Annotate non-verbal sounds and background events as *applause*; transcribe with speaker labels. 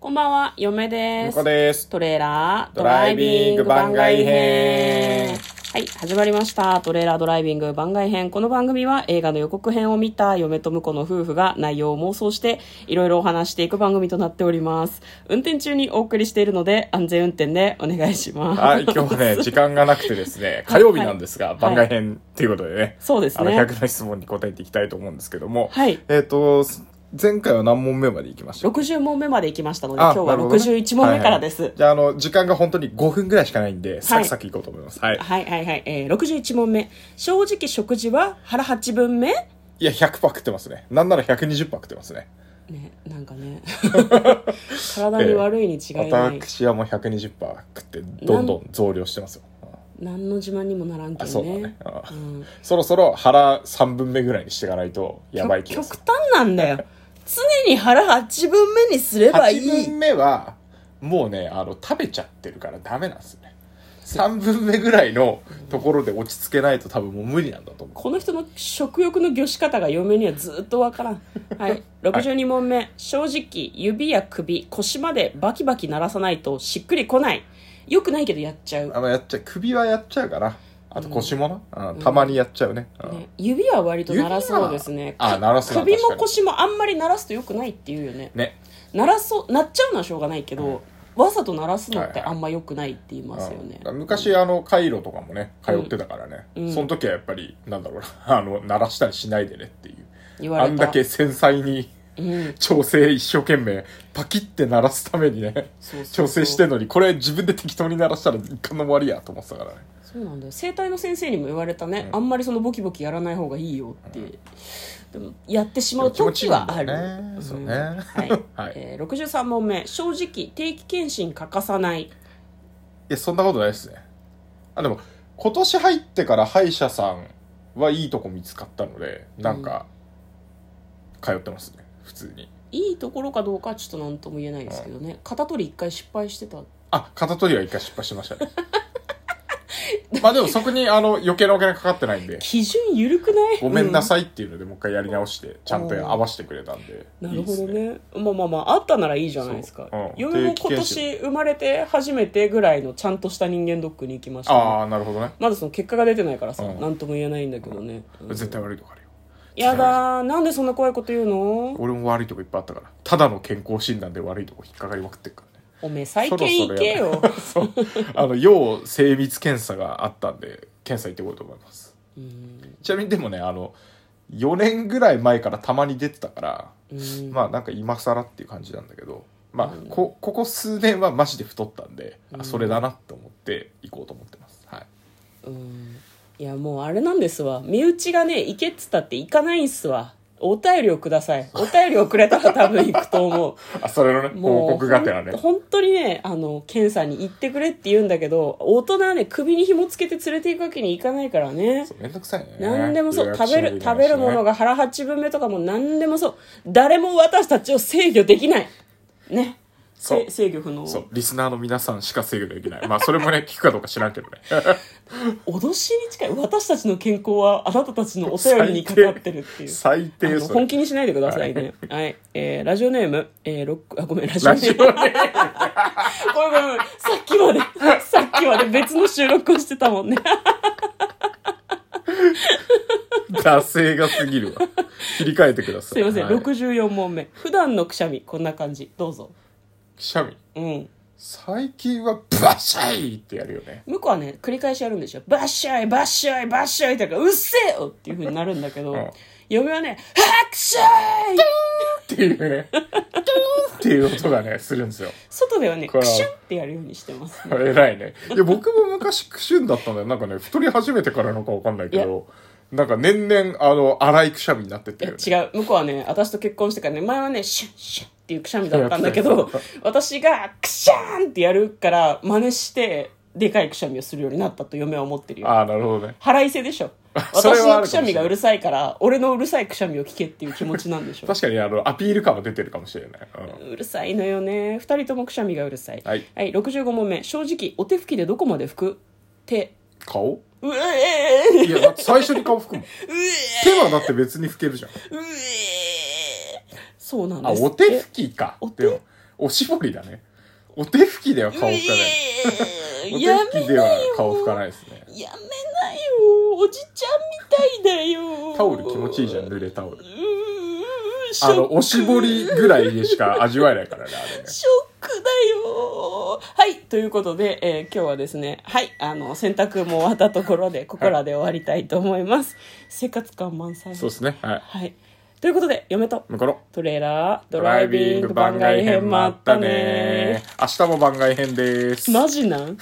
Speaker 1: こんばんは、嫁で
Speaker 2: 向
Speaker 1: す
Speaker 2: こ。です。
Speaker 1: トレーラード
Speaker 2: ドライビング番外編
Speaker 1: はい、始まりました。トレーラードライビング番外編。この番組は映画の予告編を見た嫁と婿の夫婦が内容を妄想していろいろお話していく番組となっております。運転中にお送りしているので安全運転でお願いします。
Speaker 2: はい、今日
Speaker 1: *laughs*
Speaker 2: はね、時間がなくてですね、火曜日なんですが、
Speaker 1: い
Speaker 2: 番外編ということでね、
Speaker 1: そうです
Speaker 2: あの、
Speaker 1: ね。
Speaker 2: 100の質問に答えていきたいと思うんですけども、
Speaker 1: はい
Speaker 2: えっと、前回は何問目までいきました
Speaker 1: 60問目まで行きましたので、今
Speaker 2: あ
Speaker 1: 日は61問目からです。
Speaker 2: なるほどねはいはいじゃあ、あの、時間が本当に5分ぐらいしかないんで、サクサクいこうと思います。はい。
Speaker 1: はいはいはい。えー、61問目。正直食事は腹8分目
Speaker 2: いや、100パー食ってますね。なんなら120パー食ってますね。
Speaker 1: ね、なんか
Speaker 2: *laughs*
Speaker 1: ね。体に悪いに違いない。
Speaker 2: 私はもう120パー食って、どんどん増量してますよ。
Speaker 1: 何の自慢にもならんけ
Speaker 2: あ、そ
Speaker 1: ど
Speaker 2: うだ
Speaker 1: ね。
Speaker 2: ね。あ
Speaker 1: うん
Speaker 2: そろそろ腹3分目ぐらいにしていかないと、やばい気がする
Speaker 1: 極。極端なんだよ。常に腹8分目にすればい
Speaker 2: 8分
Speaker 1: い。
Speaker 2: 目はもうねあの食べちゃってるからダメなんですよね3分目ぐらいのところで落ち着けないと多分もう無理なんだと思
Speaker 1: この人の食欲の御し方が嫁にはずっとわからん。
Speaker 2: *laughs*
Speaker 1: はい。62問目。正直、指や首、腰までバキバキ鳴らさないとしっくりこない。よくないけどやっちゃう
Speaker 2: う。あのやっちゃう首はやっちゃうかなあと腰もな、うんたまにやっちゃうね,うん、
Speaker 1: ね、指は割と鳴らそうですね
Speaker 2: 指はあ鳴らすな
Speaker 1: 首も
Speaker 2: 確かに
Speaker 1: 腰もあんまり鳴らすとよくないっていうよね
Speaker 2: ね
Speaker 1: 鳴らそう鳴っちゃうのはしょうがないけど、わざと鳴らすのっ
Speaker 2: はい
Speaker 1: て
Speaker 2: はい
Speaker 1: あんま良くないって言いますよね、
Speaker 2: うん昔あのカイロとかもね通ってたからね、
Speaker 1: うん
Speaker 2: その時はやっぱりなんだろうなあの鳴らしたりしないでねっていう
Speaker 1: 言われ
Speaker 2: あ
Speaker 1: た
Speaker 2: んだけ繊細に
Speaker 1: うん、
Speaker 2: 調整一生懸命パキって鳴らすためにね
Speaker 1: そうそうそう
Speaker 2: 調整してんのにこれ自分で適当に鳴らしたら一貫の終わりやと思ってたからね
Speaker 1: そうなんだよ整体の先生にも言われたね、
Speaker 2: うん
Speaker 1: あんまりそのボキボキやらない方がいいよって、でもやってしま
Speaker 2: でも
Speaker 1: う
Speaker 2: 気持ち
Speaker 1: 時
Speaker 2: いいん
Speaker 1: は
Speaker 2: だ
Speaker 1: あ
Speaker 2: よ
Speaker 1: る、
Speaker 2: ねそうね、
Speaker 1: んはい、
Speaker 2: はい
Speaker 1: えー、63問目正直定期検診欠かさない
Speaker 2: いやそんなことないですねあでも今年入ってから歯医者さんはいいとこ見つかったのでなんか通ってますね普通に
Speaker 1: いいところかどうかはちょっと何とも言えないですけどね、肩取り一回失敗してた
Speaker 2: あ肩取りは一回失敗しました
Speaker 1: *laughs*
Speaker 2: ねまあでもそこにあの余計なお金かかってないんで
Speaker 1: 基準緩くない
Speaker 2: ごめんな
Speaker 1: う
Speaker 2: さいっていうのでもう一回やり直してちゃんと合わせてくれたんで
Speaker 1: なるほ
Speaker 2: い
Speaker 1: ど
Speaker 2: いです
Speaker 1: ねまあまあまああったならいいじゃないですか、
Speaker 2: そううん
Speaker 1: 嫁も今
Speaker 2: 定期
Speaker 1: 年生まれて初めてぐらいのちゃんとした人間ドックに行きましたね、
Speaker 2: ああなるほどね
Speaker 1: まだその結果が出てないからさ、
Speaker 2: うん
Speaker 1: なんとも言えないんだけどね、うん
Speaker 2: 絶対悪いとこあるよ
Speaker 1: やだーなんでそんな怖いこと言うの
Speaker 2: 俺も悪いとこいっぱいあったからただの健康診断で悪いとこ引っかかりまくってるからね
Speaker 1: おめえ再建行けよ
Speaker 2: そろそろやばいそうあの要精密検査があったんで検査行ってこようと思います
Speaker 1: うん
Speaker 2: ちなみにでもねあの4年ぐらい前からたまに出てたから、
Speaker 1: うん
Speaker 2: まあなんか今更っていう感じなんだけどまあ、こここ数年はマジで太ったんで、あそれだなと思って行こうと思ってますはい
Speaker 1: うんいやもうあれなんですわ身内がね行けっつったって行かないんすわお便りをくださいお便りをくれたら多分行くと思う
Speaker 2: あそれのね報告がてらね
Speaker 1: ほん本当にねあの検査に行ってくれって言うんだけど大人はね首に紐つけて連れて行くわけにいかないからね
Speaker 2: そうめんどくさいね
Speaker 1: 何でもそう
Speaker 2: 予約
Speaker 1: 食
Speaker 2: しな
Speaker 1: べ
Speaker 2: きゃい
Speaker 1: る
Speaker 2: けない
Speaker 1: 食
Speaker 2: しね
Speaker 1: べるものが腹八分目とかも何でもそう誰も私たちを制御できないね
Speaker 2: そう
Speaker 1: せ制御不能
Speaker 2: そう、リスナーの皆さんしか制御できない。まあ、それもね、聞くかどうか知らんけどね。
Speaker 1: 脅しに近い私たちの健康はあなたたち *laughs* のお便りにかかってるっていう
Speaker 2: 最
Speaker 1: あ
Speaker 2: 低、
Speaker 1: の
Speaker 2: そ
Speaker 1: 本
Speaker 2: れ。
Speaker 1: 気にしないでくださいね。はい。えー、ラジオネーム、えー、ロック、あ、ごめん、ラジオ
Speaker 2: ラ
Speaker 1: ネ
Speaker 2: ジオ
Speaker 1: ー
Speaker 2: ね
Speaker 1: ム。。 *laughs* ごめんごめんごめん。さっきまで、さっきまで別の収録をしてたもんね。 *laughs*
Speaker 2: 惰性が過ぎるわ。切り替えてくださ
Speaker 1: すい
Speaker 2: い。
Speaker 1: ません、
Speaker 2: はい
Speaker 1: 64問目。普段のくしゃみ、こんな感じ。どうぞ。
Speaker 2: くしゃみ。
Speaker 1: うん。
Speaker 2: 最近は、バシャイってやるよね。
Speaker 1: 向こうはね、繰り返しやるんでしょ。バッシャイ、バッシャイ、バッシャイってから、うっせえよっていう風になるんだけど、
Speaker 2: うん
Speaker 1: 嫁はね、ハクシャイ
Speaker 2: っていうね。ドゥーンっていう音がね、するんですよ。
Speaker 1: 外ではね、
Speaker 2: これ
Speaker 1: ク
Speaker 2: は
Speaker 1: シュンってやるようにしてます。
Speaker 2: 偉いね。いや、僕も昔、クシュンだったんだよ。なんかね、太り始めてからのかわかんないけど、なんか年々、あの、荒いくしゃみになってっ
Speaker 1: い
Speaker 2: て
Speaker 1: や
Speaker 2: るよね。
Speaker 1: 違う向こうはね私と結婚してからね前はねシュンシュンっていうくしゃみだったんだけ
Speaker 2: いや
Speaker 1: ど
Speaker 2: くしゃ
Speaker 1: *laughs* 私がクシャーンってやるから真似してでかいくしゃみをするようになったと嫁は思ってるよ
Speaker 2: ああ、なるほどね。
Speaker 1: 腹いせでしょ
Speaker 2: *laughs* それ
Speaker 1: 私
Speaker 2: はあ
Speaker 1: の
Speaker 2: るかも
Speaker 1: く
Speaker 2: し
Speaker 1: し
Speaker 2: れ
Speaker 1: ゃ
Speaker 2: ない
Speaker 1: みがうるさいから俺のうるさいくしゃみを聞けっていう気持ちなんでしょ
Speaker 2: 確かに、あの、アピール感は出てるかもしれない。うん
Speaker 1: うるさいのよね二人ともくしゃみがうるさい
Speaker 2: はい
Speaker 1: はい、65問目正直お手拭きでどこまで拭く手
Speaker 2: 顔
Speaker 1: うえ
Speaker 2: いや、だって最初に顔拭くもん。
Speaker 1: ーうえ
Speaker 2: 手はだって別に拭けるじゃん。
Speaker 1: ーうえーそうなん
Speaker 2: あ、
Speaker 1: です
Speaker 2: お手拭きか。
Speaker 1: お手
Speaker 2: でもおしぼりだね。お手拭きでは顔拭かない。お
Speaker 1: や
Speaker 2: 手拭
Speaker 1: めない
Speaker 2: きで
Speaker 1: よ
Speaker 2: は顔拭かないですね。
Speaker 1: やめなよおじちゃんみたいだよ
Speaker 2: タオル気持ちいいじゃん、濡れタオル
Speaker 1: う。ーショ
Speaker 2: あ
Speaker 1: ック
Speaker 2: の、おしぼりぐらいでしか味わえないからね、あれね。
Speaker 1: ショックだよはい、ということで、えー今日はですね、はい、あの、洗濯も終わったところで、ここらで終わりたいと思います。生活感満載。
Speaker 2: そうですね。はい。
Speaker 1: はい。ということで、嫁と
Speaker 2: 向こうの
Speaker 1: トレーラー、ド
Speaker 2: ド
Speaker 1: ラ
Speaker 2: ラ
Speaker 1: イ
Speaker 2: イ
Speaker 1: ビ
Speaker 2: ビ
Speaker 1: ン
Speaker 2: ン
Speaker 1: グ
Speaker 2: グ
Speaker 1: 番
Speaker 2: 番
Speaker 1: 外
Speaker 2: 外
Speaker 1: 編
Speaker 2: 編
Speaker 1: も
Speaker 2: も
Speaker 1: あ
Speaker 2: あ
Speaker 1: っ
Speaker 2: ったた
Speaker 1: ね
Speaker 2: ね。明日も番外編です。
Speaker 1: マジなん